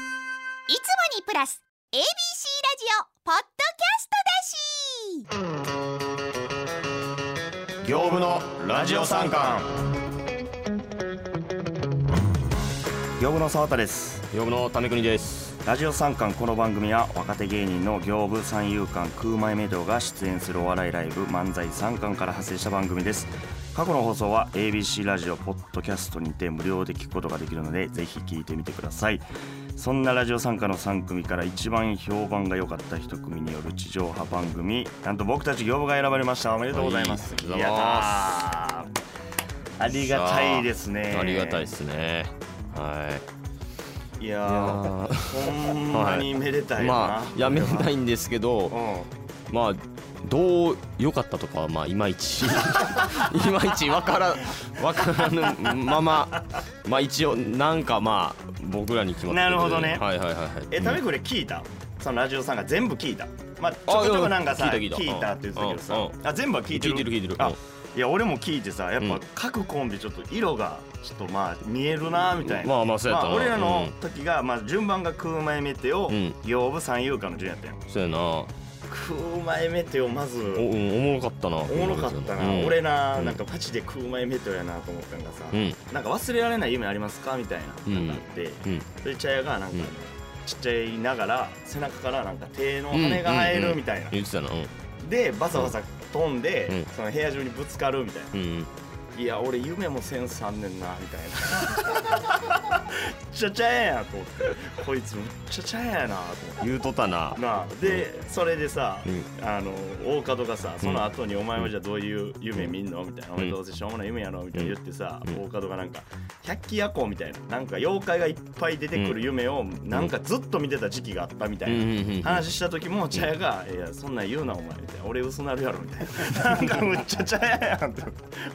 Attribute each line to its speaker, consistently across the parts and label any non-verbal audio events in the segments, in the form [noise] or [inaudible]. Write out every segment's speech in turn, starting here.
Speaker 1: いつもにプラス ABC ラジオポッドキャストだし
Speaker 2: 業務のラジオ参観
Speaker 3: 業務の澤田です
Speaker 2: 業務の種国です
Speaker 3: ラジオ三冠この番組は若手芸人の業務三遊間空前メドが出演するお笑いライブ漫才三冠から派生した番組です過去の放送は ABC ラジオポッドキャストにて無料で聞くことができるのでぜひ聞いてみてくださいそんなラジオ参加の3組から一番評判が良かった1組による地上波番組なんと僕たち業務が選ばれましたおめでとうございます、
Speaker 2: はいありがとうござ
Speaker 3: や
Speaker 2: い
Speaker 3: っ
Speaker 2: ま
Speaker 3: たーありがたいですね
Speaker 2: ありがたいですねはい
Speaker 3: やーほんまにめでたいよな、、
Speaker 2: [laughs] まあやめないいんですけど
Speaker 3: うん、
Speaker 2: まあどう良かったとかはまあいまい
Speaker 3: [laughs]
Speaker 2: ちいまいちわからわからぬまままあ一応なんかまあ僕らに決まって
Speaker 3: なるほどね
Speaker 2: はいはいはいはい
Speaker 3: えため
Speaker 2: うん
Speaker 3: これ聞いたそのラジオさんが全部聞いたまあち
Speaker 2: あ
Speaker 3: ょこちょこなんかさ
Speaker 2: い
Speaker 3: 聞
Speaker 2: や聞いた聞いた
Speaker 3: いたって言ってたけど
Speaker 2: うん
Speaker 3: さ
Speaker 2: う
Speaker 3: あ全部は聞いてる
Speaker 2: 聞いてる聞いてる
Speaker 3: あ
Speaker 2: うん
Speaker 3: いや俺も聞いてさやっ
Speaker 2: うん
Speaker 3: ぱ各コンビちょっと色がちょっとまあ見えるなみたいな
Speaker 2: まあまあそうやったな
Speaker 3: 俺らの時がまあ順番が空前メテオ
Speaker 2: うん
Speaker 3: 養部三遊間の順やったやん
Speaker 2: そうやなお
Speaker 3: 空前メテオまず
Speaker 2: うんおもろかったな
Speaker 3: おもろかった
Speaker 2: う
Speaker 3: なん俺な
Speaker 2: うん
Speaker 3: なんかパチで空前メテオやなと思ったんがさ
Speaker 2: うん
Speaker 3: なんか忘れられない夢ありますかみたいななんかあって
Speaker 2: うん
Speaker 3: それ茶屋がなんか、
Speaker 2: うん
Speaker 3: ちっちゃいながら背中からなんか手の羽が生えるみたいな、
Speaker 2: 言ってたなうん
Speaker 3: でバサバサ飛んで、
Speaker 2: うん
Speaker 3: その部屋中にぶつかるみたいな、
Speaker 2: うん
Speaker 3: いや俺夢もセンスあんねんなみたいな
Speaker 2: [laughs]
Speaker 3: ちゃちゃややと思ってこいつめっちゃちゃややなと思って。
Speaker 2: 言うとったな
Speaker 3: なあでそれでさ、
Speaker 2: う
Speaker 3: あの大門がさその後に「お前はじゃあどういう夢見んの?」みたいな「お前どうせしょうもない夢やろ」みたいな言ってさ、
Speaker 2: うん
Speaker 3: 大門がなんか「百鬼夜行」みたいななんか妖怪がいっぱい出てくる夢をなんかずっと見てた時期があったみたいな。話した時も茶屋が「いやそんなん言うなお前」みたいな「俺薄なるやろ」みたいななんかむっちゃ茶屋やんって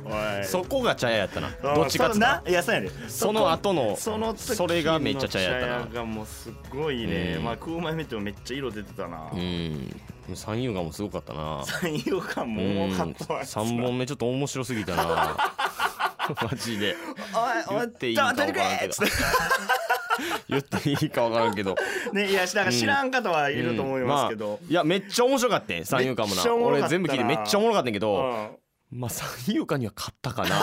Speaker 3: おい
Speaker 2: そこが茶屋やったな
Speaker 3: あー
Speaker 2: どっちかっつ
Speaker 3: そ
Speaker 2: っ
Speaker 3: う
Speaker 2: たら
Speaker 3: ないやそうやで
Speaker 2: その後の
Speaker 3: その時の
Speaker 2: それがめっちゃ茶屋やったな
Speaker 3: 茶屋がもうすごいね、
Speaker 2: うん
Speaker 3: まあ空前見てもめっちゃ色出てたな、
Speaker 2: うん三遊間もすごかったな
Speaker 3: 三遊間も多かったわ
Speaker 2: 3本目ちょっと面白すぎ
Speaker 3: [laughs]
Speaker 2: たなマジで
Speaker 3: おい
Speaker 2: 言
Speaker 3: お
Speaker 2: っ
Speaker 3: い
Speaker 2: ていいか分からんけど [laughs] 言っていいか分からんけど
Speaker 3: ねいやなんか知らん方 [laughs] はいると思いますけど、
Speaker 2: うんまあいやめっちゃ面白かったん三遊間も
Speaker 3: めっちゃ
Speaker 2: な
Speaker 3: おもろかった
Speaker 2: 俺
Speaker 3: な
Speaker 2: 全部聞いてめっちゃおもろかったんやけど、
Speaker 3: うん
Speaker 2: まあ、三遊間には勝ったかな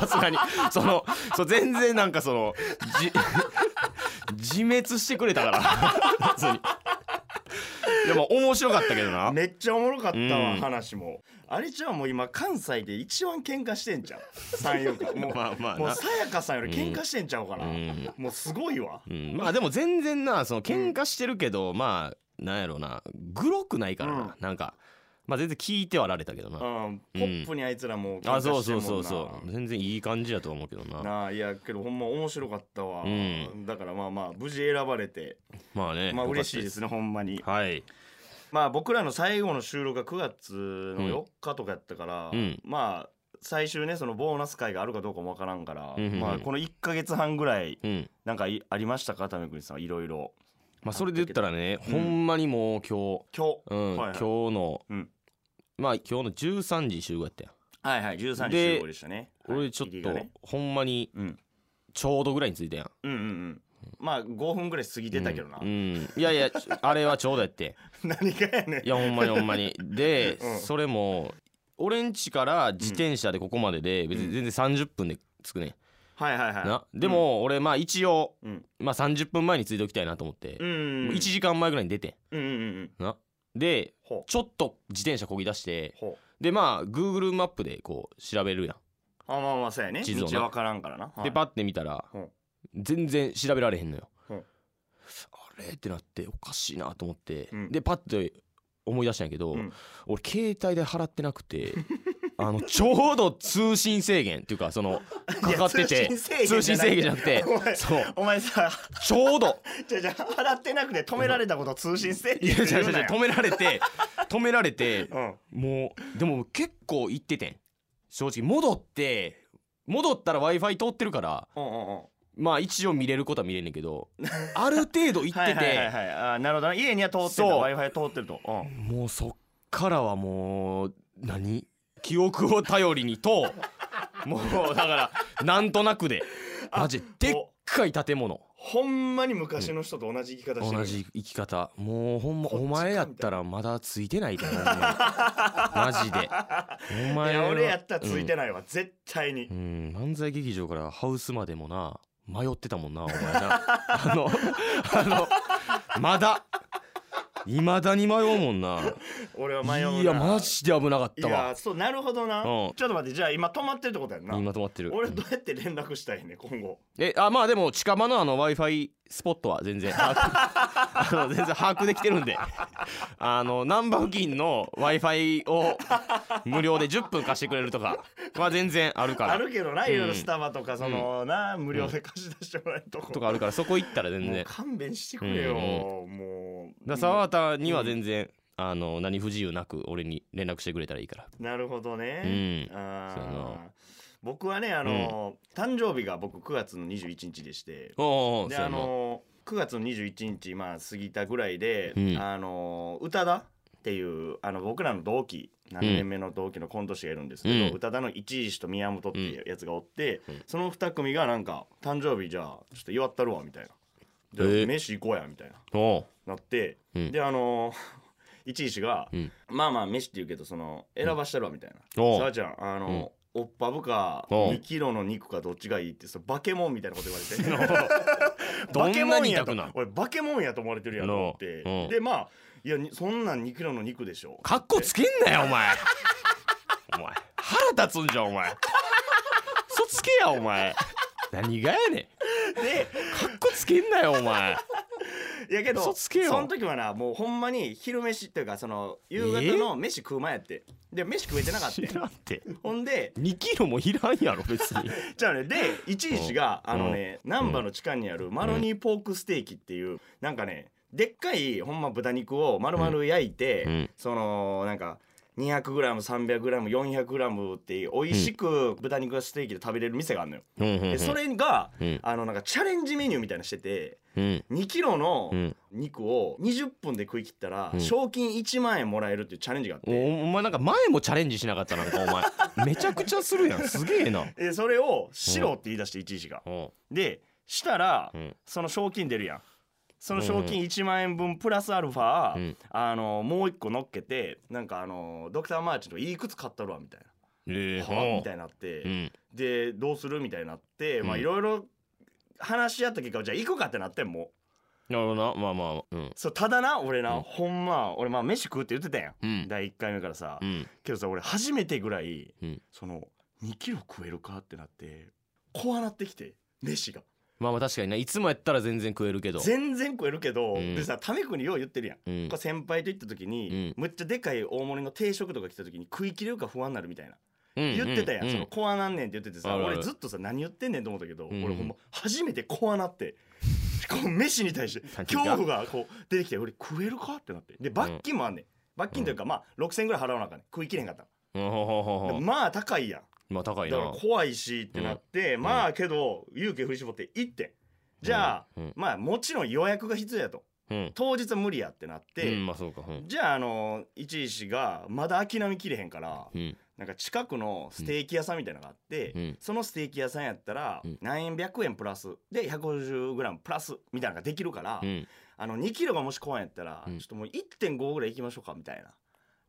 Speaker 2: と [laughs] さすがにそのそう全然なんかそのじ [laughs] 自滅してくれたから別にいやまあ面白かったけどな
Speaker 3: めっちゃおもろかったわ、
Speaker 2: うん
Speaker 3: 話もあれじゃあもう今関西で一番喧嘩してん
Speaker 2: [laughs]
Speaker 3: じゃん三遊間もう、
Speaker 2: まあまあ
Speaker 3: も
Speaker 2: な
Speaker 3: うさやかさんより喧嘩してんちゃうか
Speaker 2: う
Speaker 3: ら、
Speaker 2: ん、
Speaker 3: もうすごいわ
Speaker 2: うん、まあでも全然なその喧嘩してるけど、まあなんやろうなグロくないからな、
Speaker 3: うん
Speaker 2: なんかまあ全然聞いてはられたけど
Speaker 3: うん
Speaker 2: な、
Speaker 3: ポップにあいつらもう喧
Speaker 2: あそ
Speaker 3: 嘩
Speaker 2: う
Speaker 3: して
Speaker 2: そ
Speaker 3: んもんな
Speaker 2: うそうそう全然いい感じやと思うけどな
Speaker 3: なあいやけどほんま面白かったわ、
Speaker 2: うん
Speaker 3: だからまあまあ無事選ばれて
Speaker 2: まあね
Speaker 3: まあ
Speaker 2: よかった
Speaker 3: 嬉しいですねほんまに
Speaker 2: はい
Speaker 3: まあ僕らの最後の収録が9月の4日とかやったから、
Speaker 2: うん
Speaker 3: まあ最終ねそのボーナス回があるかどうかもわからんから、
Speaker 2: うんうんうん
Speaker 3: まあ、この1か月半ぐらい
Speaker 2: うん
Speaker 3: なんかいありましたか為栗さんいろいろ
Speaker 2: まあそれで言ったらね、
Speaker 3: うん
Speaker 2: ほんまにもう今日
Speaker 3: 今日、
Speaker 2: うん、
Speaker 3: はいはい
Speaker 2: 今日の、
Speaker 3: うん
Speaker 2: まあ今日の13時集合やったやん、
Speaker 3: はいはい13時
Speaker 2: で
Speaker 3: 集合でしたねはい
Speaker 2: 俺ちょっ
Speaker 3: 入り
Speaker 2: と、
Speaker 3: がね
Speaker 2: ほんまに
Speaker 3: うん、
Speaker 2: ちょうどぐらいについたやん
Speaker 3: うんうんうんまあ5分ぐらい過ぎてたけどな、
Speaker 2: うん、うんいやいやあれはちょうどやって
Speaker 3: 何がやねん
Speaker 2: いやほんまにほんまにで、
Speaker 3: [laughs] うん
Speaker 2: それも俺ん家から自転車でここまでで、別に全然30分で着くね、
Speaker 3: はいはい
Speaker 2: ん、な
Speaker 3: は
Speaker 2: でも俺まあ一応、
Speaker 3: うん
Speaker 2: まあ、30分前に着いておきたいなと思って
Speaker 3: い、う、ん
Speaker 2: 1時間前ぐらいに出て
Speaker 3: うんうんうんうん
Speaker 2: なで
Speaker 3: ほう
Speaker 2: ちょっと自転車こぎ出して
Speaker 3: ほう
Speaker 2: でまあ Google マップでこう調べるやん
Speaker 3: あまあまあそうやね
Speaker 2: 地図をな
Speaker 3: 道わからんからな、はい
Speaker 2: でパッて見たら
Speaker 3: うん
Speaker 2: 全然調べられへんのよ。
Speaker 3: うん
Speaker 2: あれってなっておかしいなと思って、
Speaker 3: うん
Speaker 2: でパッて思い出したんやけど、
Speaker 3: うん
Speaker 2: 俺携帯で払ってな
Speaker 3: [laughs]
Speaker 2: くてあのちょうど通信制限っていうかそのかかってて
Speaker 3: いや
Speaker 2: 通
Speaker 3: 通
Speaker 2: 信
Speaker 3: 信
Speaker 2: 制
Speaker 3: 制限
Speaker 2: 限じ
Speaker 3: じ
Speaker 2: ゃ
Speaker 3: ゃ
Speaker 2: な
Speaker 3: な
Speaker 2: く
Speaker 3: く
Speaker 2: て
Speaker 3: て
Speaker 2: そう
Speaker 3: お前さ
Speaker 2: ちょうど
Speaker 3: じゃあじゃあ払ってなくて止められたことを通信制
Speaker 2: い
Speaker 3: 限
Speaker 2: や
Speaker 3: っ
Speaker 2: 違う
Speaker 3: て言
Speaker 2: 違う
Speaker 3: う
Speaker 2: 違
Speaker 3: な
Speaker 2: う
Speaker 3: よ
Speaker 2: 止められて止められて
Speaker 3: うん
Speaker 2: もうでも結構行っててん正直戻って戻ったら w i f i 通ってるから
Speaker 3: うんうんうん
Speaker 2: まあ一応見れることは見れんねんけどある程度行っ
Speaker 3: は
Speaker 2: て
Speaker 3: いはいはい
Speaker 2: て
Speaker 3: はいあーなるほどな家には通ってる
Speaker 2: そう
Speaker 3: w i f i 通ってるとうん
Speaker 2: もうそっからはもう何記憶を頼りに
Speaker 3: [laughs]
Speaker 2: ともうだからなんとなくでマジでっかい建物
Speaker 3: ほんまに昔の人と同じ生き方してる、
Speaker 2: 同じ生き方もうほんま
Speaker 3: こっち
Speaker 2: お
Speaker 3: か
Speaker 2: 前やったらまだついてないと思う
Speaker 3: [laughs]
Speaker 2: ねマジで
Speaker 3: い
Speaker 2: お前
Speaker 3: や
Speaker 2: は
Speaker 3: 俺やったらついてないわ、絶対に
Speaker 2: うん、うん漫才劇場からハウスまでもな迷ってたもんなお [laughs] 前なあのあのまだいまだに迷うもんな
Speaker 3: 俺は迷うない
Speaker 2: やマジで危なかっ
Speaker 3: い
Speaker 2: たわ
Speaker 3: やそうなるほどな、
Speaker 2: うん
Speaker 3: ちょっと待ってじゃあ今止まってるってことやんな
Speaker 2: 今止まってる
Speaker 3: 俺
Speaker 2: うん
Speaker 3: どうやって連絡したいね今後
Speaker 2: えあまあでも近場のあの w i f i スポットは
Speaker 3: [laughs]
Speaker 2: 全然把握 [laughs] あの全然把握できてるんで [laughs] あの難波付近の w i f i を無料で10分貸してくれるとかは全然あるから
Speaker 3: あるけどな
Speaker 2: うん
Speaker 3: いろいろスタバとかその、な無料で貸し出してもらえるとこと
Speaker 2: かあるからそこ行ったら全
Speaker 3: も
Speaker 2: 然
Speaker 3: う
Speaker 2: だか
Speaker 3: 勘弁してくれよ、
Speaker 2: うん
Speaker 3: もう
Speaker 2: ら澤田には全然、あの何不自由なく俺に連絡してくれたらいいから
Speaker 3: なるほど
Speaker 2: う
Speaker 3: ね、
Speaker 2: ん
Speaker 3: あ
Speaker 2: そうや
Speaker 3: ー
Speaker 2: な
Speaker 3: 僕はねあの、誕生日が僕9月の21日でして
Speaker 2: おうおう
Speaker 3: で
Speaker 2: そう
Speaker 3: あ
Speaker 2: やな
Speaker 3: の9月の21日まあ過ぎたぐらいで、
Speaker 2: うん
Speaker 3: あの宇多田っていうあの僕らの同期7年目の同期のコント師がいるんですけど、
Speaker 2: うん
Speaker 3: 宇多田の一石と宮本っていうやつがおって、
Speaker 2: ん
Speaker 3: その2組がなんか「誕生日じゃあちょっと祝ったるわ」みたいな「じゃあ
Speaker 2: えー
Speaker 3: 飯行こうや」みたいな
Speaker 2: おう
Speaker 3: なって、
Speaker 2: うん
Speaker 3: であの [laughs] 一石が、
Speaker 2: うん
Speaker 3: まあまあ飯って言うけどその選ばしたるわ」みたいな「
Speaker 2: おう
Speaker 3: さあちゃんあの、おっぱぶか
Speaker 2: おう
Speaker 3: 2キロの肉かどっちがいいってそれバケモンみたいなこと言われて
Speaker 2: [laughs] どんなに
Speaker 3: や
Speaker 2: 痛
Speaker 3: と
Speaker 2: くない
Speaker 3: 俺バケモンやと思われてるやんと思って、
Speaker 2: うん
Speaker 3: でまあいやにそんなん2キロの肉でしょ
Speaker 2: かっこつけんなよお前お前腹立つんじゃんお前そつけやお前何がやねん
Speaker 3: で
Speaker 2: かっこつけんなよお前
Speaker 3: いやけど
Speaker 2: 嘘つけよ
Speaker 3: その時はなもうほんまに昼飯っていうかその夕方の飯食う前やって、で飯食えてなかった
Speaker 2: 知らんて
Speaker 3: ほんで
Speaker 2: 2キロもいらんやろ別に
Speaker 3: じゃあねで一石が
Speaker 2: うん
Speaker 3: あのね難波の地下にあるマロニーポークステーキっていうなんかねでっかいほんま豚肉を丸々焼いて、
Speaker 2: うん
Speaker 3: そのなんか 200g300g400g って美味しく豚肉がステーキで食べれる店があるのよ、
Speaker 2: うんうんう
Speaker 3: で
Speaker 2: ん
Speaker 3: それが、
Speaker 2: うん
Speaker 3: あのなんかチャレンジメニューみたいなのしてて
Speaker 2: うん
Speaker 3: 2キロの
Speaker 2: うん
Speaker 3: 肉を20分で食い切ったら、
Speaker 2: うん
Speaker 3: 賞金1万円もらえるっていうチャレンジがあって、
Speaker 2: おお前なんか前もチャレンジしなかったなんかお前めちゃくちゃするやんすげえな
Speaker 3: でそれを「しろ」って言い出して一時が。
Speaker 2: お
Speaker 3: でしたら、
Speaker 2: うん
Speaker 3: その賞金出るやん。その賞金1万円分プラスアルファ、
Speaker 2: うん
Speaker 3: あのもう一個乗っけてなんかあのドクター・マーチンのいい靴買ったるわみたい
Speaker 2: え
Speaker 3: な、
Speaker 2: え
Speaker 3: はあ
Speaker 2: ほ
Speaker 3: みたいになって、
Speaker 2: ううん
Speaker 3: でどうするみたいになって、まあ
Speaker 2: うん
Speaker 3: いろいろ話し合った結果じゃあ行くかってなってんもう
Speaker 2: なるほどなまあまあうん
Speaker 3: そうただな俺な、
Speaker 2: うん
Speaker 3: ほんま俺まあ飯食うって言ってたやん、
Speaker 2: うん
Speaker 3: 第1回目からさ、
Speaker 2: うん
Speaker 3: けどさ俺初めてぐらい、
Speaker 2: うん
Speaker 3: その2キロ食えるかってなって怖なってきて飯が
Speaker 2: まあまあ確かにないつもやったら全然食えるけど
Speaker 3: 全然食えるけど、
Speaker 2: うん
Speaker 3: でさタメによう言ってるやん、
Speaker 2: うん
Speaker 3: これ先輩と行った時に、
Speaker 2: う
Speaker 3: むっちゃでかい大盛りの定食とか来た時に食い切れるか不安になるみたいな、
Speaker 2: 言
Speaker 3: 言ってたやん、その
Speaker 2: う
Speaker 3: 怖なんねんって言っててさ
Speaker 2: あるある
Speaker 3: 俺ずっとさ何言ってんねんと思ったけど、
Speaker 2: うん
Speaker 3: 俺ほんま初めて怖な
Speaker 2: [laughs]
Speaker 3: って。こう飯に対して
Speaker 2: 先が
Speaker 3: 恐怖がこう出てきて俺食えるかってなってで罰金もあんねん罰金というかまあ6,000ぐらい払わなあかんねん食いきれへんかった
Speaker 2: んほうほうほう
Speaker 3: で
Speaker 2: ほう
Speaker 3: まあ高いやん
Speaker 2: まあ高い
Speaker 3: だ
Speaker 2: な
Speaker 3: から怖いしってなって、
Speaker 2: ん
Speaker 3: まあけど勇気振り絞って行ってじゃあ、
Speaker 2: うん
Speaker 3: まあもちろん予約が必要やと
Speaker 2: うん
Speaker 3: 当日は無理やってなって、
Speaker 2: うんまあそうかうん
Speaker 3: じゃああの一石がまだ諦めきれへんから
Speaker 2: うん
Speaker 3: なんか近くのステーキ屋さんみたいなのがあって、
Speaker 2: うん
Speaker 3: そのステーキ屋さんやったら
Speaker 2: うん
Speaker 3: 何円100円プラスで 150g プラスみたいなのができるから、
Speaker 2: うん
Speaker 3: あの2キロがもし公園やったら、
Speaker 2: うん
Speaker 3: ちょっともう1.5ぐらい行きましょうかみたいな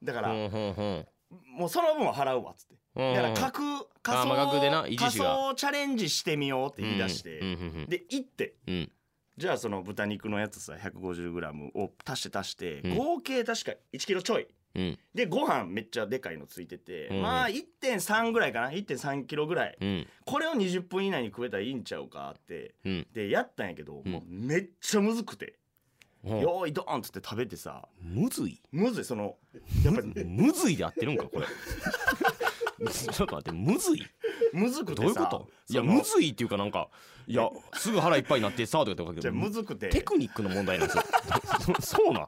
Speaker 3: だから、
Speaker 2: ほうほうほ
Speaker 3: もうその分は払うわっつって
Speaker 2: ううん
Speaker 3: だから格仮
Speaker 2: あ
Speaker 3: 想
Speaker 2: まあ格でな維持
Speaker 3: 仮
Speaker 2: 士が
Speaker 3: 想チャレンジしてみようって言い出して、
Speaker 2: うんうんうん
Speaker 3: で行って
Speaker 2: うんうん
Speaker 3: じゃあその豚肉のやつさ 150g を足して足して、
Speaker 2: うん
Speaker 3: 合計確か1キロちょい
Speaker 2: うん
Speaker 3: でご飯めっちゃでかいのついてて、
Speaker 2: うん
Speaker 3: まあ1.3ぐらいかな1.3キロぐらい
Speaker 2: うん
Speaker 3: これを20分以内に食えたらいいんちゃうかって
Speaker 2: うん
Speaker 3: でやったんやけど、
Speaker 2: うん
Speaker 3: もうめっちゃむずくて「
Speaker 2: ほう
Speaker 3: よーいドーン!」っつって食べてさ
Speaker 2: むずい
Speaker 3: むずいそのやっぱり
Speaker 2: むずいで合ってるんかこれ [laughs] ちょっと待ってむずい
Speaker 3: むずくてさ
Speaker 2: どういうこといや
Speaker 3: その
Speaker 2: むずいっていうかなんかいやすぐ腹いっぱいになってさとか言って
Speaker 3: じゃあむ
Speaker 2: けど
Speaker 3: ずくて
Speaker 2: テクニックの問題な
Speaker 3: [laughs]
Speaker 2: んですよそそうなん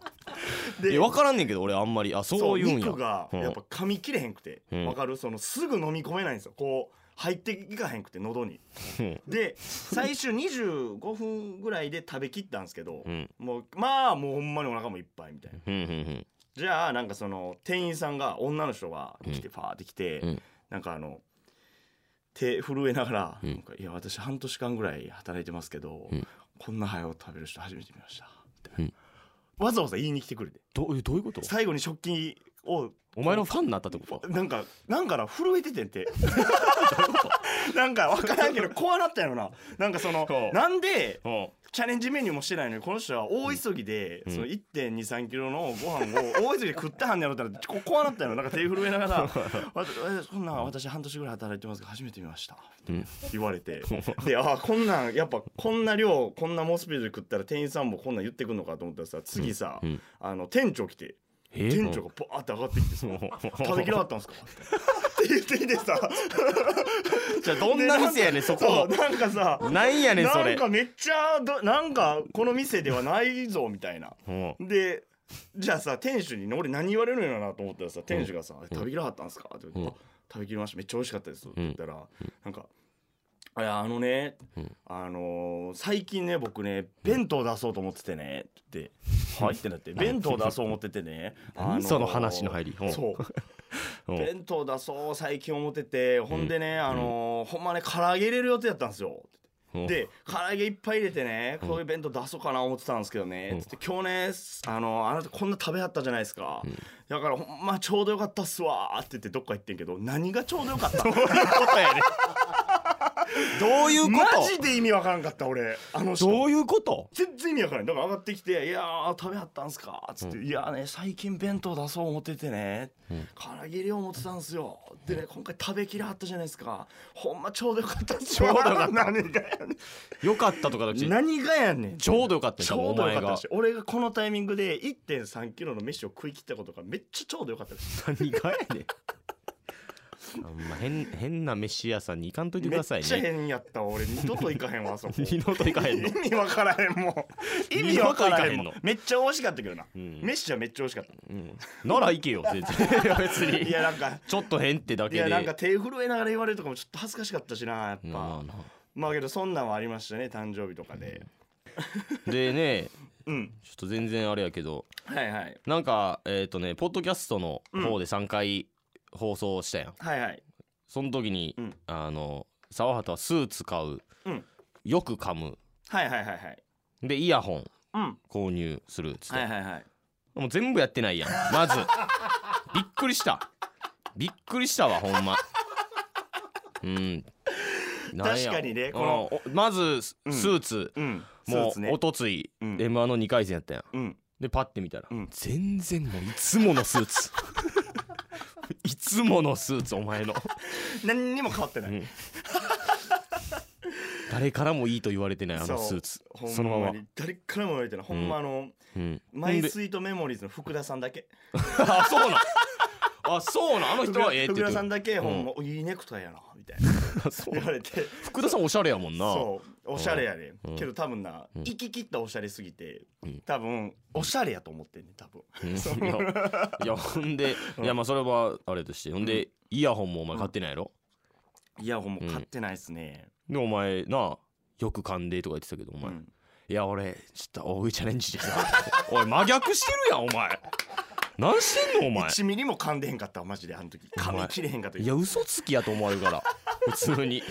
Speaker 3: で
Speaker 2: え分からんねんけど俺あんまりあそういうんや
Speaker 3: 肉が
Speaker 2: うん
Speaker 3: やっぱ噛み切れへんくて
Speaker 2: うん
Speaker 3: わ、かるそのすぐ飲み込めないんですよこう入っていかへんくて喉に
Speaker 2: うん
Speaker 3: で最終25分ぐらいで食べきったんですけど、
Speaker 2: うん
Speaker 3: もうまあもうほんまにお腹もいっぱいみたいな
Speaker 2: うんうん
Speaker 3: じゃあなんかその店員さんが女の人が来てファーって来て、
Speaker 2: うん
Speaker 3: なんかあの手震えながら「
Speaker 2: うん
Speaker 3: なんかいや私半年間ぐらい働いてますけど、
Speaker 2: うん
Speaker 3: こんな早う食べる人初めて見ました
Speaker 2: う
Speaker 3: みたいな、わざわざ言いに来てくれて
Speaker 2: どうどういうこと
Speaker 3: 最後に食器を
Speaker 2: お前のファンになったってこと
Speaker 3: なんかなんかな震えててん
Speaker 2: [laughs]
Speaker 3: てなんか分からんけど怖なったんやろななんかその
Speaker 2: そう
Speaker 3: なんで
Speaker 2: うん
Speaker 3: チャレンジメニューもしてないのにこの人は大急ぎで、
Speaker 2: うん
Speaker 3: その1 2 3キロのご飯を大急ぎで食ったはんねやろってなってこ怖なったんやろなんか手震え
Speaker 2: [laughs]
Speaker 3: ながら「わわそんなん私半年ぐらい働いてますけど初めて見ました」
Speaker 2: [laughs] うん
Speaker 3: 言われてでああこんなんやっぱこんな量こんな猛スピードで食ったら店員さんもこんなん言ってくんのかと思ったらさ次さ、
Speaker 2: うん
Speaker 3: あの店長来て
Speaker 2: え
Speaker 3: 店長がバーって上がってきてさ「食べきらなかったんですか?」って言ってきて
Speaker 2: [laughs]
Speaker 3: さ
Speaker 2: じゃあどんな店やねんそこ
Speaker 3: うなんかさ
Speaker 2: なんやねんそ
Speaker 3: な
Speaker 2: れ
Speaker 3: んかめっちゃどなんかこの店ではないぞみたいな
Speaker 2: うん
Speaker 3: でじゃあさ店主に俺何言われるんやろなと思ったらさ店主がさ「食べきらはったんですか?」って言ってあ食べきりましためっちゃ美味しかったです」って言ったら、なんか「あいやあのね、
Speaker 2: うん
Speaker 3: あのー最近ね僕ね弁当出そうと思っててね」って言って「はい」ってなって「弁当出そう思っててね」
Speaker 2: [laughs] 何その話の入りうん
Speaker 3: そう
Speaker 2: うん
Speaker 3: 弁当出そう最近思っててほんでね、あのーほんまね唐揚げ入れる予定だったんですよ
Speaker 2: うん
Speaker 3: で唐揚げいっぱい入れてねこういう弁当出そうかな思ってたんですけどね、
Speaker 2: うん
Speaker 3: つって今日ねあのあなたこんな食べはったじゃないですか、だからほんまちょうどよかったっすわーって言ってどっか行ってんけど何がちょうどよか
Speaker 2: [laughs]
Speaker 3: った
Speaker 2: ことやね [laughs] どういうこ
Speaker 3: マジで意味わからんかった俺あの
Speaker 2: と
Speaker 3: 人
Speaker 2: どういうこと
Speaker 3: 全然意味わからんだから上がってきて「いやー食べはったんすか」っつって「いやーね最近弁当出そう思っててね、唐揚げ量持ってたんすよ」でね今回食べきらはったじゃないですかほんまちょうどよかったっすよ
Speaker 2: ちょうどよかった
Speaker 3: 何がやねん
Speaker 2: よかったとかだけ
Speaker 3: 何がやねん
Speaker 2: ちょうどよかったん
Speaker 3: ち
Speaker 2: だ
Speaker 3: ょ
Speaker 2: お
Speaker 3: うど
Speaker 2: 前
Speaker 3: よかった
Speaker 2: が
Speaker 3: し俺がこのタイミングで1 3キロの飯を食い切ったことがめっちゃちょうどよかったです
Speaker 2: 何がやねんあんま変変な飯屋さんに行かんといてく
Speaker 3: めっ
Speaker 2: ださい
Speaker 3: ちゃ
Speaker 2: ね
Speaker 3: 変やったわ俺二度と行かへんわ
Speaker 2: [laughs]
Speaker 3: あそこ
Speaker 2: 二度と行かへんの
Speaker 3: 意味わからへん
Speaker 2: [laughs]
Speaker 3: もう意
Speaker 2: 二
Speaker 3: 味
Speaker 2: 度
Speaker 3: わ
Speaker 2: と行
Speaker 3: か
Speaker 2: から
Speaker 3: へ
Speaker 2: へん
Speaker 3: ん
Speaker 2: の
Speaker 3: もんめっちゃ美味しかったけどな、
Speaker 2: ん
Speaker 3: 飯はめっちゃ美味しかっ
Speaker 2: うんなら行けよ全
Speaker 3: [laughs]
Speaker 2: 然別
Speaker 3: たい
Speaker 2: に
Speaker 3: やなんか
Speaker 2: ちょっと変ってだ
Speaker 3: い
Speaker 2: け
Speaker 3: や
Speaker 2: で
Speaker 3: なんか手震えながら言われるとかもちょっと恥ずかしかったしなやっぱ、
Speaker 2: まあな
Speaker 3: まあけどそんなんはありましたね誕生日とかで
Speaker 2: でね
Speaker 3: うん、
Speaker 2: ちょっと全然あれやけど
Speaker 3: はいはい
Speaker 2: なんかえっ、とねポッドキャストの方で3回放送したやん、
Speaker 3: はいはい
Speaker 2: その時に、
Speaker 3: うん
Speaker 2: あの沢畑はスーツ買う、
Speaker 3: うん
Speaker 2: よく噛む
Speaker 3: はいはいはいはい
Speaker 2: でイヤホン
Speaker 3: うん
Speaker 2: 購入するっつって、
Speaker 3: はいはいはい
Speaker 2: もう全部やってないやん
Speaker 3: [laughs]
Speaker 2: まずびっくりしたびっくりしたわほんまうんなんや
Speaker 3: 確かにねこの
Speaker 2: うんおまずス
Speaker 3: うん
Speaker 2: スーツ、
Speaker 3: うんスー
Speaker 2: も
Speaker 3: ツ
Speaker 2: う、
Speaker 3: ね
Speaker 2: おとつい、
Speaker 3: うん
Speaker 2: m 1の2回戦やったやん
Speaker 3: うん
Speaker 2: でパッて見たら、
Speaker 3: うん
Speaker 2: 全然もういつものス
Speaker 3: [laughs]
Speaker 2: ーツいつものスーツお前の、
Speaker 3: 何にも変わってない、
Speaker 2: うん誰からもいいと言われてないあのス
Speaker 3: そ
Speaker 2: ー
Speaker 3: う
Speaker 2: ツ
Speaker 3: ほんまに
Speaker 2: そのまま、
Speaker 3: 誰からも言われてないほんまあの、 [laughs]
Speaker 2: うん、
Speaker 3: マイ
Speaker 2: ほんで
Speaker 3: スイートメモリーズの福田さんだけ
Speaker 2: あそうなんあそうなんあの人はええって
Speaker 3: 福
Speaker 2: 言っ
Speaker 3: 田
Speaker 2: て
Speaker 3: さん
Speaker 2: る
Speaker 3: だけ、ほんまいいネクタイやなみたいな
Speaker 2: [laughs] そう
Speaker 3: 言われて
Speaker 2: 福田さんおしゃれやもんな
Speaker 3: そうおしゃれやね、
Speaker 2: うん
Speaker 3: けど多分な、行き切ったおしゃれすぎて
Speaker 2: うん
Speaker 3: 多分おしゃれやと思ってんね多分
Speaker 2: [laughs] うんいやいやほんでいやまあそれはあれとしてほんで、イヤホンもお前買ってないやろ、
Speaker 3: イヤホンも買 [laughs] ってないっすね、
Speaker 2: でお前なよく噛んでとか言ってたけどお
Speaker 3: う
Speaker 2: 前、
Speaker 3: ん
Speaker 2: いや俺ちょっと大食いチャレンジでさおい真逆してるやんお前何してんのお前
Speaker 3: 1ミリも噛んでへんかったわマジであの時噛み切れへんかった
Speaker 2: い
Speaker 3: い
Speaker 2: や
Speaker 3: や
Speaker 2: 嘘つきやと思われるから [laughs] 普通に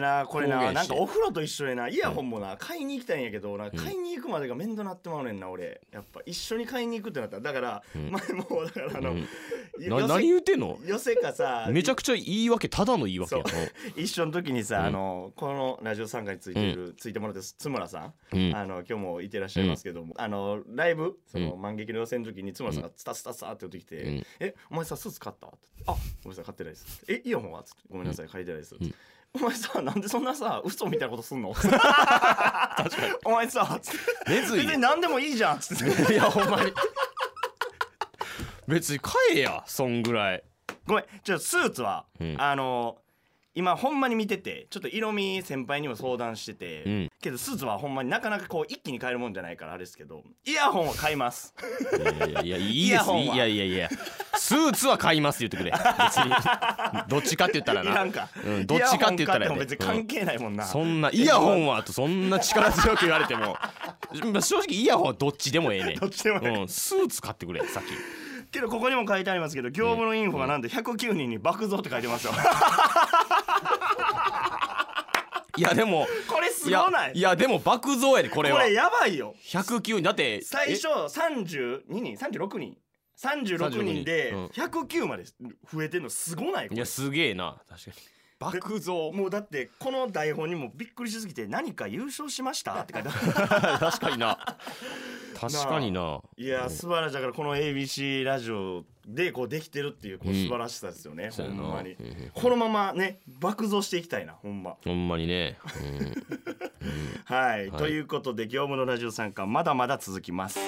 Speaker 3: なこれ
Speaker 2: 公
Speaker 3: な
Speaker 2: 言
Speaker 3: な
Speaker 2: し
Speaker 3: ん
Speaker 2: て
Speaker 3: かお風呂と一緒でなイヤホンもな買いに行きたいんやけどな買いに行くまでが面倒なってまうねんな俺やっぱ一緒に買いに行くってなったらだから [laughs]
Speaker 2: ん
Speaker 3: 前もだからあの、
Speaker 2: うん
Speaker 3: よ
Speaker 2: な何言うてんの
Speaker 3: よせかさ
Speaker 2: めちゃくちゃ言い訳ただの言い訳やん
Speaker 3: 一緒の時にさ、
Speaker 2: うん
Speaker 3: あのこのラジオ参加についてる、ついてもらってる津村さん、
Speaker 2: うん
Speaker 3: あの今日もいてらっしゃいますけども、あのライブその
Speaker 2: う
Speaker 3: 満劇の予選の時に津村さんがスタスタスタって寄ってきて「
Speaker 2: うん
Speaker 3: えお前さスーツ買った?」って言って「あごめんなさい買ってないです」ってえイヤホンは?」って言ってごめんなさい買いてないです」ってお前さなんでそんなさ嘘みたいなことすん
Speaker 2: [laughs]
Speaker 3: のお前さつって
Speaker 2: 熱
Speaker 3: 別に何でもいいじゃん」つって
Speaker 2: 意 [laughs] いやほんまに別に買えやそんぐらい
Speaker 3: ごめんちょっとスーツは、
Speaker 2: うん
Speaker 3: あの今ほんまに見ててちょっと色味先輩にも相談してて、
Speaker 2: うん
Speaker 3: けどスーツはほんまになかなかこう一気に買えるもんじゃないからあれですけどイヤホンは買います
Speaker 2: いやいやいやいい
Speaker 3: イ
Speaker 2: で
Speaker 3: ヤ
Speaker 2: す
Speaker 3: ホ
Speaker 2: い
Speaker 3: ンはい
Speaker 2: やいやいやスーツは買います言ってくれ別にどっちかって言ったら
Speaker 3: いら
Speaker 2: なん
Speaker 3: か、
Speaker 2: うんどっちかって言ったら
Speaker 3: イヤホン買って
Speaker 2: や
Speaker 3: も
Speaker 2: で
Speaker 3: 別に関係ないもんな、
Speaker 2: そんなイヤホンはとそんな力強く言われてもまあ正直イヤホンはどっちでもええねん
Speaker 3: どっちでもええ
Speaker 2: うん、スーツ買ってくれさっき
Speaker 3: けどここにも書いてありますけど業務のインフォがなんと109人に爆増って書いてますよ
Speaker 2: いやでも
Speaker 3: [laughs] これすすごない
Speaker 2: いやでも爆増やでこれ
Speaker 3: こ
Speaker 2: は
Speaker 3: れやばいよ
Speaker 2: 109だって
Speaker 3: 最初32人36人36人で
Speaker 2: うん
Speaker 3: 109まで増えてんのすごない
Speaker 2: えいやすげえな確かに爆増
Speaker 3: もうだってこの台本にもびっくりしすぎて何か優勝しま
Speaker 2: [laughs]
Speaker 3: したって書いてある
Speaker 2: 確かにな
Speaker 3: [laughs]
Speaker 2: 確かにない
Speaker 3: や素晴らしいだからこの ABC ラジオでこうできてるっていうこ
Speaker 2: う
Speaker 3: うん素晴らしさですよね、
Speaker 2: そうやな
Speaker 3: ほんまに、
Speaker 2: うんうん
Speaker 3: このままね爆増していきたいなほんま
Speaker 2: ほんまにね、
Speaker 3: はい、ということで業務のラジオ参加まだまだ続きます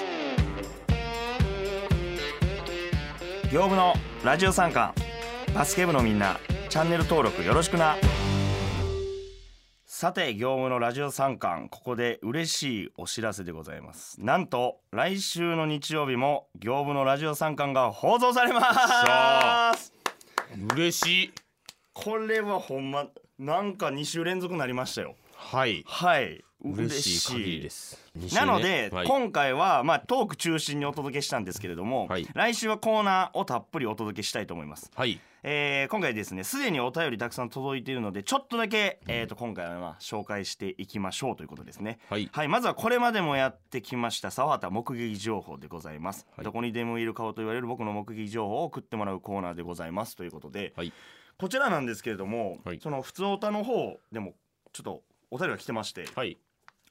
Speaker 3: 業務のラジオ参加バスケ部のみんなチャンネル登録よろしくなさて業務のラジオ参観ここで嬉しいお知らせでございますなんと来週の日曜日も業務のラジオ参観が放送されます
Speaker 2: うん嬉しい
Speaker 3: これはほんまなんか2週連続なりましたよ
Speaker 2: はい
Speaker 3: はい
Speaker 2: 嬉しい限りです二週
Speaker 3: な
Speaker 2: ね
Speaker 3: ので、
Speaker 2: はい
Speaker 3: 今回は、まあ、トーク中心にお届けしたんですけれども、
Speaker 2: はい
Speaker 3: 来週はコーナーをたっぷりお届けしたいと思います。
Speaker 2: はい
Speaker 3: えー今回ですねすでにお便りたくさん届いているのでちょっとだけ、えー、と今回は、まあ、紹介していきましょうということですね。
Speaker 2: はい
Speaker 3: はい、まずはこれまでもやってきました沢畑目撃情報でございます、
Speaker 2: はい
Speaker 3: どこにでもいる顔と言われる僕の目撃情報を送ってもらうコーナーでございますということで、
Speaker 2: はい
Speaker 3: こちらなんですけれども、
Speaker 2: はい
Speaker 3: その普通おたの方でもちょっとお便りが来てまして、
Speaker 2: はい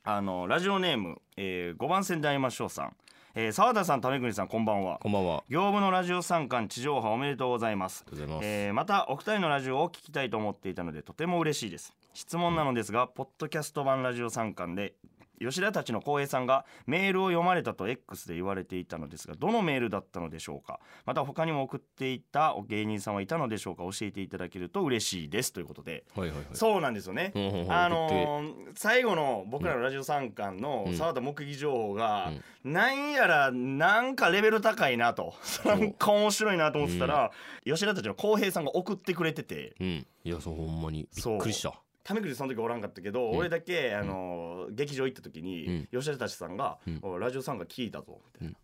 Speaker 3: あのラジオネーム、えー、5番線で会いましょうさん、えー、沢田さん為国さんこんばんは
Speaker 2: こんばんはあ
Speaker 3: 業務のラジオ参観地上波おめでとうございます
Speaker 2: りがとうございます、
Speaker 3: えーまたお二人のラジオを聞きたいと思っていたのでとても嬉しいです質問なのですが、ポッドキャスト版ラジオ参観で吉田たちの光栄さんがメールを読まれたと X で言われていたのですがどのメールだったのでしょうかまた他にも送っていたお芸人さんはいたのでしょうか教えていただけると嬉しいですということで
Speaker 2: はいはいはい
Speaker 3: そうなんですよね、
Speaker 2: うんうんうん
Speaker 3: あのー最後の僕らのラジオ参観の
Speaker 2: うん
Speaker 3: 澤田目撃情報が、なんやらなんかレベル高いなと、 [laughs] なんか面白いなと思ってたら、吉田たちの浩平さんが送ってくれてて
Speaker 2: うんいやそうほんまにびっくりした
Speaker 3: ためくりその時おらんかったけど、
Speaker 2: うん
Speaker 3: 俺だけ、あのー劇場行った時に、吉田たちさんが、
Speaker 2: うん
Speaker 3: おいラジオ参観聞いたぞ」みたいな。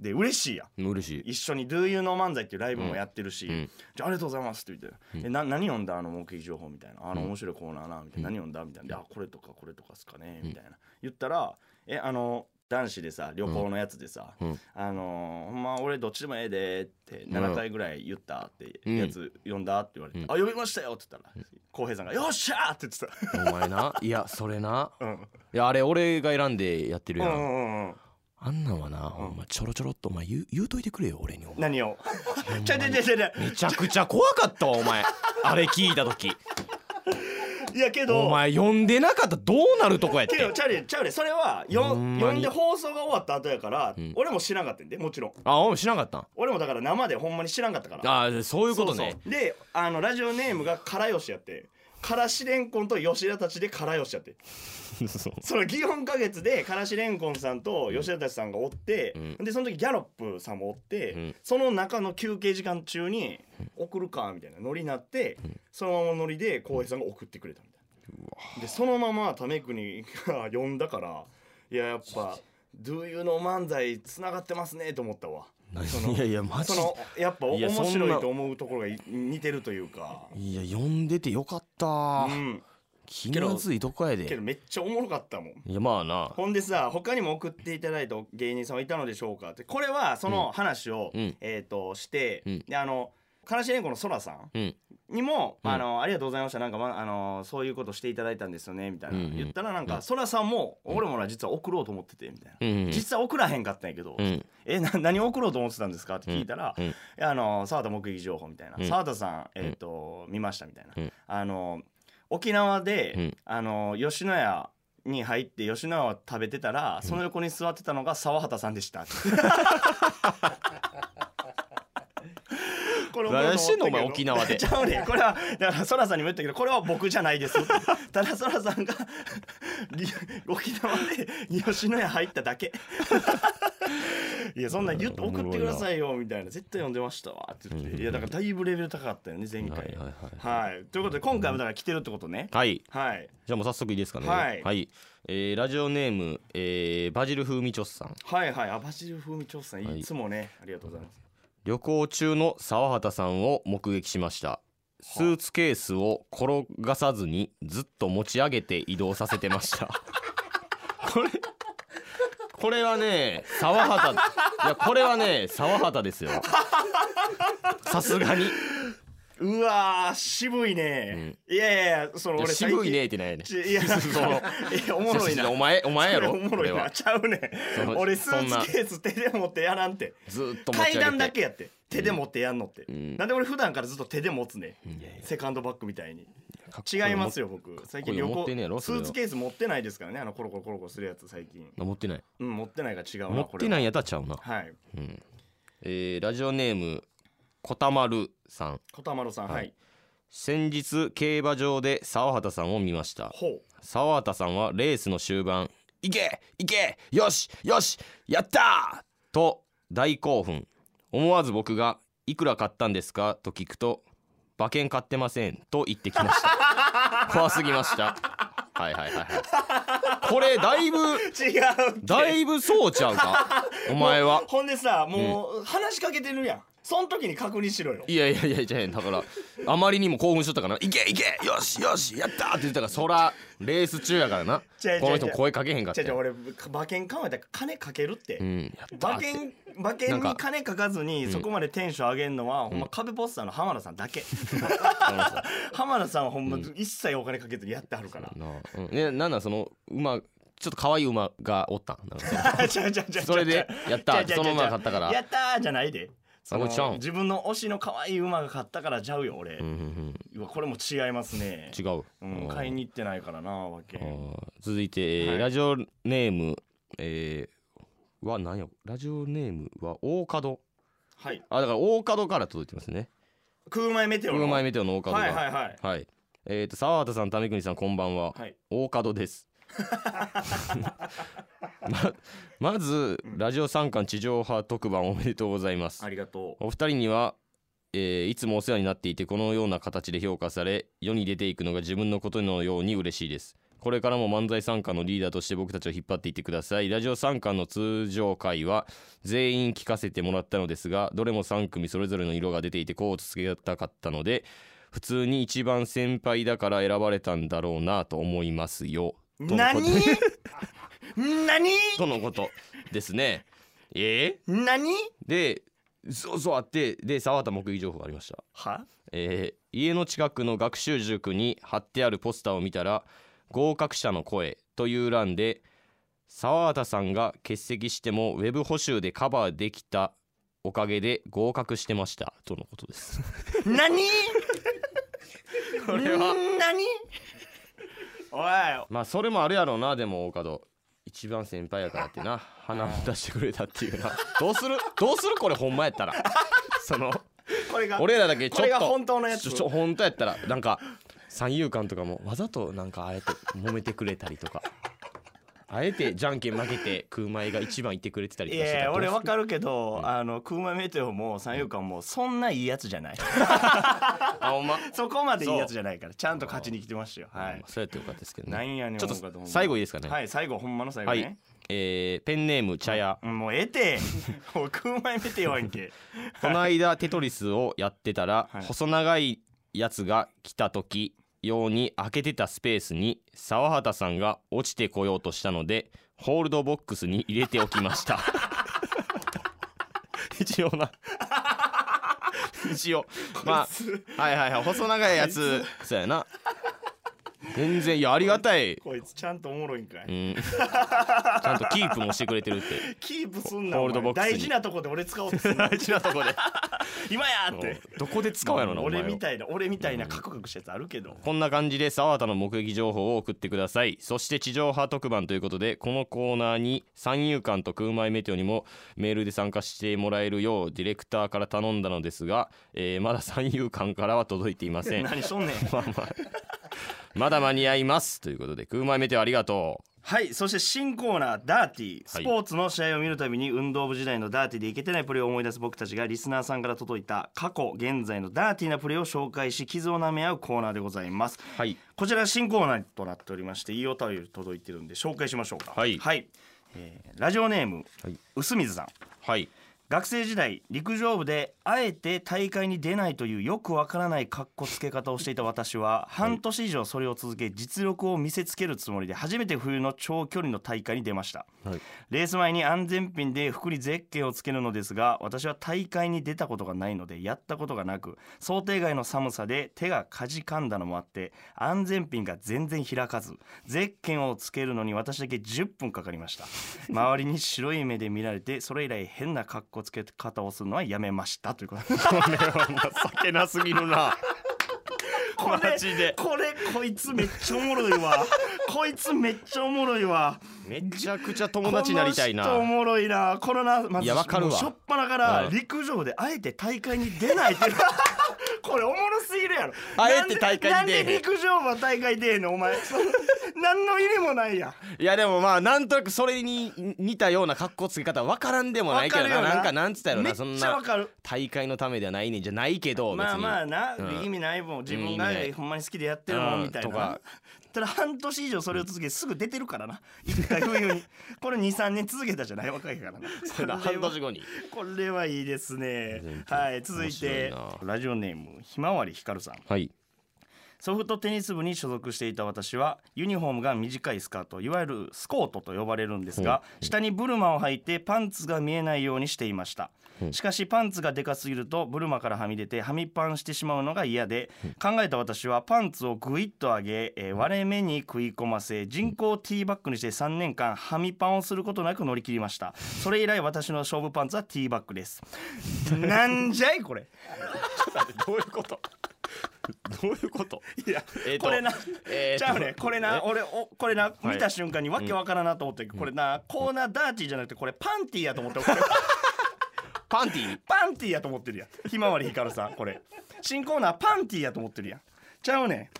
Speaker 3: で嬉しいやん
Speaker 2: うん嬉しい
Speaker 3: 一緒に「Do You Know 漫才」っていうライブもやってるし「
Speaker 2: うんうん
Speaker 3: じゃあありがとうございます」って言って「えな何読んだあの目撃情報」みたいな「あの面白いコーナーな」みたいな「何読んだ?」みたいなで「あこれとかこれとかっすかね」みたいな言ったら「えあの男子でさ旅行のやつでさ、
Speaker 2: うんうん
Speaker 3: あのほんま俺どっちでもええで」って7回ぐらい言ったって
Speaker 2: うん
Speaker 3: やつ読んだって言われて「あ読みましたよ」って言ったら浩平さんが「よっしゃ!」って言ってた。
Speaker 2: お前ないやそれな
Speaker 3: うん
Speaker 2: いやあれ俺が選んでやってる
Speaker 3: う
Speaker 2: や
Speaker 3: ん
Speaker 2: ん、
Speaker 3: うんうん、
Speaker 2: あんなんはな、ほんまちょろちょろっとお前言う言うといてくれよ俺にお前
Speaker 3: 何を [laughs] ちゃちゃちゃちゃちゃ
Speaker 2: めちゃくちゃ怖かったわお [laughs] 前あれ聞いた時
Speaker 3: いやけど
Speaker 2: お前呼んでなかったらどうなるとこやっ
Speaker 3: けど
Speaker 2: て
Speaker 3: チャーリーチャーリーそれはよ
Speaker 2: ほんまに
Speaker 3: 呼んで放送が終わった後やから、
Speaker 2: ん
Speaker 3: 俺も知らんかったんでもちろん
Speaker 2: あお前しなかったん
Speaker 3: 俺もだから生でほんまに知らんかったから
Speaker 2: あそういうことね
Speaker 3: そうそうであのラジオネームがからよしやってからしれんこんと吉田たちでからよしやってその祇園花月でからしれんこんさんと吉田たちさんがおって、でその時ギャロップさんもおって、
Speaker 2: ん
Speaker 3: その中の休憩時間中に送るかみたいなノリになって、そのままノリで浩平さんが送ってくれたみたいな。でそのまま為国が呼んだからいややっぱ「Do You know 漫才つながってますね」と思ったわその
Speaker 2: [laughs] いやいやマジ
Speaker 3: そのやっぱ
Speaker 2: いや
Speaker 3: 面
Speaker 2: そんな
Speaker 3: 白いと思うところがい似てるというか
Speaker 2: いや呼んでてよかった、
Speaker 3: うん
Speaker 2: 気まずいとこや
Speaker 3: け
Speaker 2: で
Speaker 3: どめっちゃおもろかったもん
Speaker 2: いやまあな
Speaker 3: ほんでさ他にも送っていただいた芸人さんはいたのでしょうかってこれはその話を、
Speaker 2: うん
Speaker 3: えー、として、
Speaker 2: うん
Speaker 3: であのからしれんこのそらさん
Speaker 2: うん
Speaker 3: にも、
Speaker 2: うん
Speaker 3: あの「ありがとうございましたなんか、まあのそういうことしていただいたんですよね」みたいな、
Speaker 2: うんうん
Speaker 3: 言ったらなんかそらさんも「俺もな実は送ろうと思ってて」みたいな、
Speaker 2: うんうん
Speaker 3: 実は送らへんかったんやけど、
Speaker 2: うん
Speaker 3: えな何送ろうと思ってたんですか?」って聞いたら「
Speaker 2: うんうん
Speaker 3: いやあの澤田目撃情報」みたいな
Speaker 2: う
Speaker 3: 「
Speaker 2: ん
Speaker 3: 澤、田さん、えーと見ました」みたいな、
Speaker 2: うん
Speaker 3: あの沖縄で、
Speaker 2: うん
Speaker 3: あの吉野家に入って吉野家を食べてたら、その横に座ってたのが澤畑さんで
Speaker 2: [laughs]
Speaker 3: した。これ
Speaker 2: 何してんの
Speaker 3: 俺も思ったけど
Speaker 2: お前沖縄で
Speaker 3: ちゃうねんこれはだからそらさんにも言ったけどこれは僕じゃないですただそらさんが沖縄で吉野家入っただけいやそんな言って送ってくださいよみたいな絶対読んでましたわって言っていやだからだいぶレベル高かったよね前回
Speaker 2: はいはいはい
Speaker 3: はい、ということで今回もだから来てるってことね
Speaker 2: はい
Speaker 3: はい
Speaker 2: じゃあもう早速いいですかね
Speaker 3: はい
Speaker 2: えーラジオネーム、えーバジル風味チョスさん
Speaker 3: はいはいアバジル風味調査さん
Speaker 2: はい
Speaker 3: いつもね、ありがとうございます
Speaker 2: 旅行中の沢畑さんを目撃しましたスーツケースを転がさずにずっと持ち上げて移動させてました
Speaker 3: [laughs]
Speaker 2: これこれはね沢畑いやこれはね沢畑ですよさすがに
Speaker 3: うわー渋いね、いやいやいやその
Speaker 2: いや
Speaker 3: 俺最近
Speaker 2: 渋いねってないね
Speaker 3: ちいや
Speaker 2: [laughs] その
Speaker 3: いやおもろいな
Speaker 2: お前お前やろ
Speaker 3: おもろい
Speaker 2: これ
Speaker 3: な
Speaker 2: は
Speaker 3: ちゃうね
Speaker 2: その
Speaker 3: 俺ス
Speaker 2: そんな
Speaker 3: ーツケース手で持ってやらんって
Speaker 2: ずっと持
Speaker 3: 階
Speaker 2: ち上げて
Speaker 3: 段だけやって手で持ってやんのって、
Speaker 2: ん
Speaker 3: なんで俺普段からずっと手で持つね、セカンドバッグみたいに違います
Speaker 2: よ
Speaker 3: よ僕最
Speaker 2: こい
Speaker 3: 近
Speaker 2: い
Speaker 3: 旅
Speaker 2: 持
Speaker 3: 行
Speaker 2: ってんねやろ
Speaker 3: ス
Speaker 2: それは
Speaker 3: ーツケース持ってないですからねあのコロコロコロコロするやつ最近
Speaker 2: 持ってない
Speaker 3: うん持ってないが違うな
Speaker 2: 持ってないいんやったらちゃうな、
Speaker 3: はい
Speaker 2: えーラジオネームこたまるさん
Speaker 3: 小田丸さんはい、
Speaker 2: はい先日競馬場で沢畑さんを見ました
Speaker 3: ほ
Speaker 2: 沢畑さんはレースの終盤「いけいけよしよしやった!」と大興奮思わず僕が「いくら買ったんですか?」と聞くと「馬券買ってません」と言ってきました [laughs] 怖すぎましたはいはいはいはいこれだいぶ
Speaker 3: う違うって
Speaker 2: だいぶそうちゃうかお前は
Speaker 3: ほんでさもう話しかけてるやんそん時に確認しろよ
Speaker 2: いやいやいやじゃあだからあまりにも興奮しとったから「いけいけよしよしやった!」って言ったからそらレース中やからな
Speaker 3: 違う違う
Speaker 2: この人も声かけへんかっ
Speaker 3: じ
Speaker 2: た
Speaker 3: ゃじゃ
Speaker 2: よ
Speaker 3: 俺馬券買うんやったら金かけるって、
Speaker 2: うんやったー
Speaker 3: 馬
Speaker 2: って
Speaker 3: 券馬
Speaker 2: な
Speaker 3: 券
Speaker 2: んか
Speaker 3: に金かかずにそこまでテンション上げるのは、ほんま壁ポスターの浜田さんだけ [laughs] 浜田さんはほんま一切お金かけずにやってはるから、
Speaker 2: なあ、うん、ねなんなんその馬ちょっと可愛い馬がおったんなん
Speaker 3: [laughs]
Speaker 2: かその
Speaker 3: ちゃうちゃうちゃうちゃう
Speaker 2: それでやったー
Speaker 3: ちゃうちゃうちゃう
Speaker 2: その馬が勝ったから
Speaker 3: やったーじゃないでその
Speaker 2: もちろん
Speaker 3: 自分の推しの可愛い馬が勝ったからちゃうよ俺、
Speaker 2: うんうん
Speaker 3: うわこれも違いますね
Speaker 2: うん、違う、
Speaker 3: うん、
Speaker 2: あー
Speaker 3: 買いに行ってないからな馬券
Speaker 2: あー続いて、えー
Speaker 3: はい
Speaker 2: ラジオネームえー、は何やラジオネームは大門
Speaker 3: はい
Speaker 2: あだから大門から届いてますね
Speaker 3: 空前メテオの
Speaker 2: 車前メテオの大門が
Speaker 3: はいはいはい
Speaker 2: はいえー、と沢畑さん為国さんこんばんは、
Speaker 3: はい
Speaker 2: 大門です [laughs] ままずラジオ三冠地上波特番おめでとうございます
Speaker 3: ありがとう
Speaker 2: お二人には、えーいつもお世話になっていてこのような形で評価され世に出ていくのが自分のことのように嬉しいですこれからも漫才参加のリーダーとして僕たちを引っ張っていってくださいラジオ参加の通常回は全員聞かせてもらったのですがどれも3組それぞれの色が出ていてこうつけたかったので普通に一番先輩だから選ばれたんだろうなと思いますよとのこと
Speaker 3: 何何
Speaker 2: とのことですねえ
Speaker 3: 何
Speaker 2: ー、でそうそうあってで沢田目撃情報がありました
Speaker 3: は
Speaker 2: えー家の近くの学習塾に貼ってあるポスターを見たら「合格者の声」という欄で沢畑さんが欠席してもウェブ補修でカバーできたおかげで合格してましたとのことです
Speaker 3: 何
Speaker 2: これは
Speaker 3: 何おい
Speaker 2: まあそれもあるやろうなでも大門一番先輩やからってな鼻出してくれたっていうなどうするどうするこれほんまやったらその
Speaker 3: これ [laughs] が
Speaker 2: 俺らだけちょっと
Speaker 3: これが本当のやつ
Speaker 2: ちょちょ本当やったらなんか三遊間とかもわざとなんかあえて揉めてくれたりとかあえてじゃんけん負けて空前が一番いってくれてたり
Speaker 3: い
Speaker 2: とかしてた
Speaker 3: や
Speaker 2: ら
Speaker 3: 俺
Speaker 2: どう
Speaker 3: わかるけど、あの空前メテオも三遊間もそんないいやつじゃない
Speaker 2: するあほんま
Speaker 3: そこまでいいやつじゃないからちゃんと勝ちに来てましたよは
Speaker 2: ま
Speaker 3: い
Speaker 2: あそうやってよかったですけど
Speaker 3: な
Speaker 2: ね
Speaker 3: んやねん
Speaker 2: ちょっ
Speaker 3: 思うかと
Speaker 2: と
Speaker 3: 思う
Speaker 2: 最後いいですかね
Speaker 3: はい最後ほんまの最後
Speaker 2: はい
Speaker 3: ね、
Speaker 2: えーペンネーム茶屋
Speaker 3: うんもうええてもう空前メテオやんけ
Speaker 2: この間テトリスをやってたら、
Speaker 3: はい
Speaker 2: 細長いやつが来た時用に開けてたスペースに沢畑さんが落ちてこようとしたのでホールドボックスに入れておきました [laughs] 一応な一応 [laughs] まあはいはいはい細長いやつそうやな全然いやありがたい、
Speaker 3: こいつちゃんとおもろいんかい、
Speaker 2: うん、ちゃんとキープもしてく
Speaker 3: [laughs]
Speaker 2: れてるって
Speaker 3: キープすんな
Speaker 2: ホールド
Speaker 3: お前
Speaker 2: ボックスに
Speaker 3: 大事なとこで俺使おうとすんな
Speaker 2: [laughs] 大事なとこで
Speaker 3: 今やーって
Speaker 2: どこで使うやろなお前
Speaker 3: 俺
Speaker 2: を
Speaker 3: みたいな俺みたいなカクカクしたやつあるけど、
Speaker 2: こんな感じで沢田の目撃情報を送ってくださいそして地上波特番ということでこのコーナーに三遊間と空前メテオにもメールで参加してもらえるようディレクターから頼んだのですが、えーまだ三遊間からは届いていませんま
Speaker 3: 何しとんねん
Speaker 2: あ [laughs] まあまだ間に合いますということで空前メテオありがと
Speaker 3: はいそして新コーナーダーティー
Speaker 2: はい
Speaker 3: スポーツの試合を見るたびに運動部時代のダーティーでいけてないプレーを思い出す僕たちがリスナーさんから届いた過去現在のダーティーなプレーを紹介し傷を舐め合うコーナーでございます
Speaker 2: うはい
Speaker 3: こちら新コーナーとなっておりましていいお便り届いてるんで紹介しましょうか
Speaker 2: はい
Speaker 3: はいえーラジオネーム、
Speaker 2: はい [laughs]
Speaker 3: 薄水さん
Speaker 2: はい
Speaker 3: 学生時代陸上部であえて大会に出ないというよくわからないかっこつけ方をしていた私は半年以上それを続け実力を見せつけるつもりで初めて冬の長距離の大会に出ました、
Speaker 2: はい
Speaker 3: レース前に安全ピンで服にゼッケンをつけるのですが私は大会に出たことがないのでやったことがなく想定外の寒さで手がかじかんだのもあって安全ピンが全然開かずゼッケンをつけるのに私だけ10分かかりました周りに白い目で見られてそれ以来変な格好つけ方をするのはやめましたということで
Speaker 2: これは情けなすぎるな
Speaker 3: これ
Speaker 2: マジで
Speaker 3: これこいつめっちゃおもろいわこいつめっちゃおもろいわ
Speaker 2: めちゃくちゃ友達になりたいな
Speaker 3: この人おもろいなこのなまず
Speaker 2: いやわかるわ
Speaker 3: もうしょっぱなから
Speaker 2: うん
Speaker 3: 陸上であえて大会に出ないってい
Speaker 2: [laughs]
Speaker 3: うこれおもろすぎるやろ
Speaker 2: あえて大会に出えへ
Speaker 3: なんんでなんで陸上は大会出えへんのお
Speaker 2: [laughs]
Speaker 3: 前その何の意味もないやん
Speaker 2: いやでもまあなんとなくそれに似たような格好つけ方わからんでもないけど
Speaker 3: わか
Speaker 2: な
Speaker 3: るよな
Speaker 2: なんかなんつったやろ
Speaker 3: め
Speaker 2: な
Speaker 3: っ
Speaker 2: そん
Speaker 3: ちゃ
Speaker 2: な
Speaker 3: わかる
Speaker 2: 大会のためではないねんじゃないけど別に
Speaker 3: まあまあな、
Speaker 2: うん
Speaker 3: 意味ないもん自分
Speaker 2: 意
Speaker 3: が
Speaker 2: 味ない
Speaker 3: ほんまに好きでやってるも
Speaker 2: うんん
Speaker 3: みたいな、
Speaker 2: とか
Speaker 3: ただ半年以上それを続けすぐ出てるからな一回冬にこれ23年続けたじゃない若いからな
Speaker 2: そんな半年後に
Speaker 3: [laughs] これはいいですね
Speaker 2: 全然
Speaker 3: はい続いて
Speaker 2: 面白い
Speaker 3: ラジオネームひまわりひかるさん
Speaker 2: はい
Speaker 3: ソフトテニス部に所属していた私はユニフォームが短いスカートいわゆるスコートと呼ばれるんですが下にブルマを履いてパンツが見えないようにしていましたしかしパンツがでかすぎるとブルマからはみ出てはみパンしてしまうのが嫌で考えた私はパンツをグイッと上げ、えー割れ目に食い込ませ人工ティーバッグにして3年間はみパンをすることなく乗り切りましたそれ以来私の勝負パンツはティーバッグです [laughs] なんじゃいこれ
Speaker 2: どういうことどういうこと
Speaker 3: いや
Speaker 2: えーと
Speaker 3: これな
Speaker 2: え
Speaker 3: ち
Speaker 2: ーと
Speaker 3: ゃうねこれな俺おこれな
Speaker 2: はい
Speaker 3: 見た瞬間にわけわからんなと思ったけどこれなコーナーダーティーじゃなくてこれパンティーやと思ってるこれ
Speaker 2: パンティ
Speaker 3: パンティーやと思ってるやんひまわりひかるさんこれ新コーナーパンティーやと思ってるやんちゃうね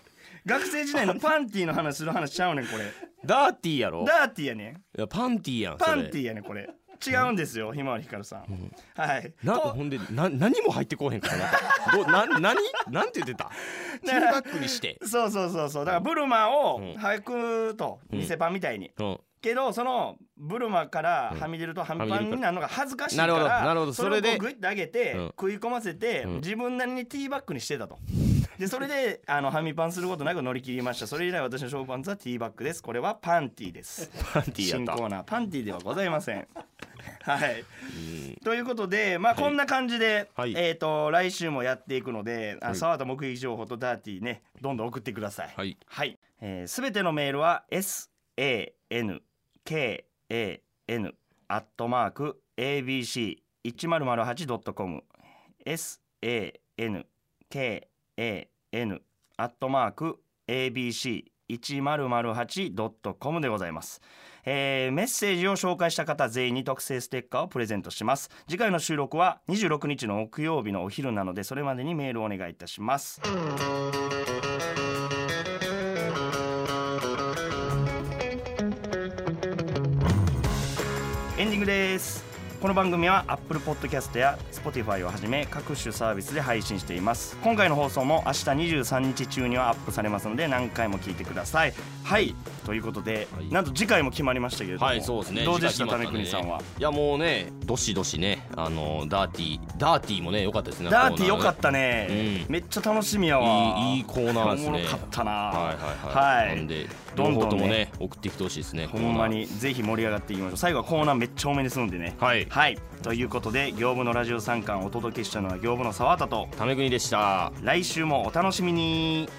Speaker 3: ん学生時代のパンティーの話する話ちゃうねんこれ
Speaker 2: ダーティーやろ
Speaker 3: ダーティーやねん
Speaker 2: いやパンティーやんそれ
Speaker 3: パンティーやねんこれ違うんですよひまわりひかるさんはい
Speaker 2: な
Speaker 3: こ
Speaker 2: ほんでな何も入ってこうへんからなどな何なんて言ってたティーバッグにして
Speaker 3: そうそうそうそうだからブルマを
Speaker 2: うん
Speaker 3: 履くと
Speaker 2: ん
Speaker 3: 見せパンみたいに
Speaker 2: うん
Speaker 3: けどそのブルマからはみ出るとはみパンになるのが恥ずかしいから
Speaker 2: なるほどなるほど
Speaker 3: それを
Speaker 2: そ
Speaker 3: こ
Speaker 2: れで
Speaker 3: うグイッと上げて
Speaker 2: うん
Speaker 3: 食い込ませて
Speaker 2: ん
Speaker 3: 自分なりにティーバッグにしてたと。でそれであのはみパンすることなく乗り切りましたそれ以来私のショーパンツはティーバッグですこれはパンティーです
Speaker 2: パンティーや
Speaker 3: 新
Speaker 2: った
Speaker 3: コーナーパンティーではございません [laughs] はいということでまあこんな感じで、
Speaker 2: はい
Speaker 3: えっ、と来週もやっていくのであ
Speaker 2: はい
Speaker 3: 沢田目撃情報とダーティーねどんどん送ってください
Speaker 2: はい
Speaker 3: はい、えー、すべてのメールは S A N K A N アットマーク A B C 一0 0 8ドットコム S A N K A N アットマーク A B C 一0 0 8ドットコムでございます。えーメッセージを紹介した方全員に特製ステッカーをプレゼントします次回の収録は26日の木曜日のお昼なのでそれまでにメールをお願いいたしますエンディングですこの番組は Apple Podcast や Spotify をはじめ各種サービスで配信しています今回の放送も明日23日中にはアップされますので何回も聞いてくださいはいということで、
Speaker 2: はい
Speaker 3: なんと次回も決まりましたけれども、
Speaker 2: はいそうですね
Speaker 3: どうでした
Speaker 2: 時間
Speaker 3: 種
Speaker 2: 決まった
Speaker 3: 国
Speaker 2: で
Speaker 3: さんはい
Speaker 2: やもうねどしどしねあのダーティーダーティーもね良かったですね
Speaker 3: ダーティーよかったたね、
Speaker 2: う
Speaker 3: めっちゃ楽しみやわ
Speaker 2: いいいいコーナーですね
Speaker 3: おもろかったな
Speaker 2: はいはいはい、
Speaker 3: は
Speaker 2: なん
Speaker 3: い
Speaker 2: で
Speaker 3: ど
Speaker 2: ど
Speaker 3: ん
Speaker 2: ん
Speaker 3: どんね
Speaker 2: どんともね送ってきてほしいですね
Speaker 3: ほんまにぜひ盛り上がっていきましょう最後はコーナーめっちゃ多めですんでね
Speaker 2: コーナーはい
Speaker 3: はいということで業務のラジオ参観をお届けしたのは業務の沢田と
Speaker 2: ためぐにでした
Speaker 3: 来週もお楽しみに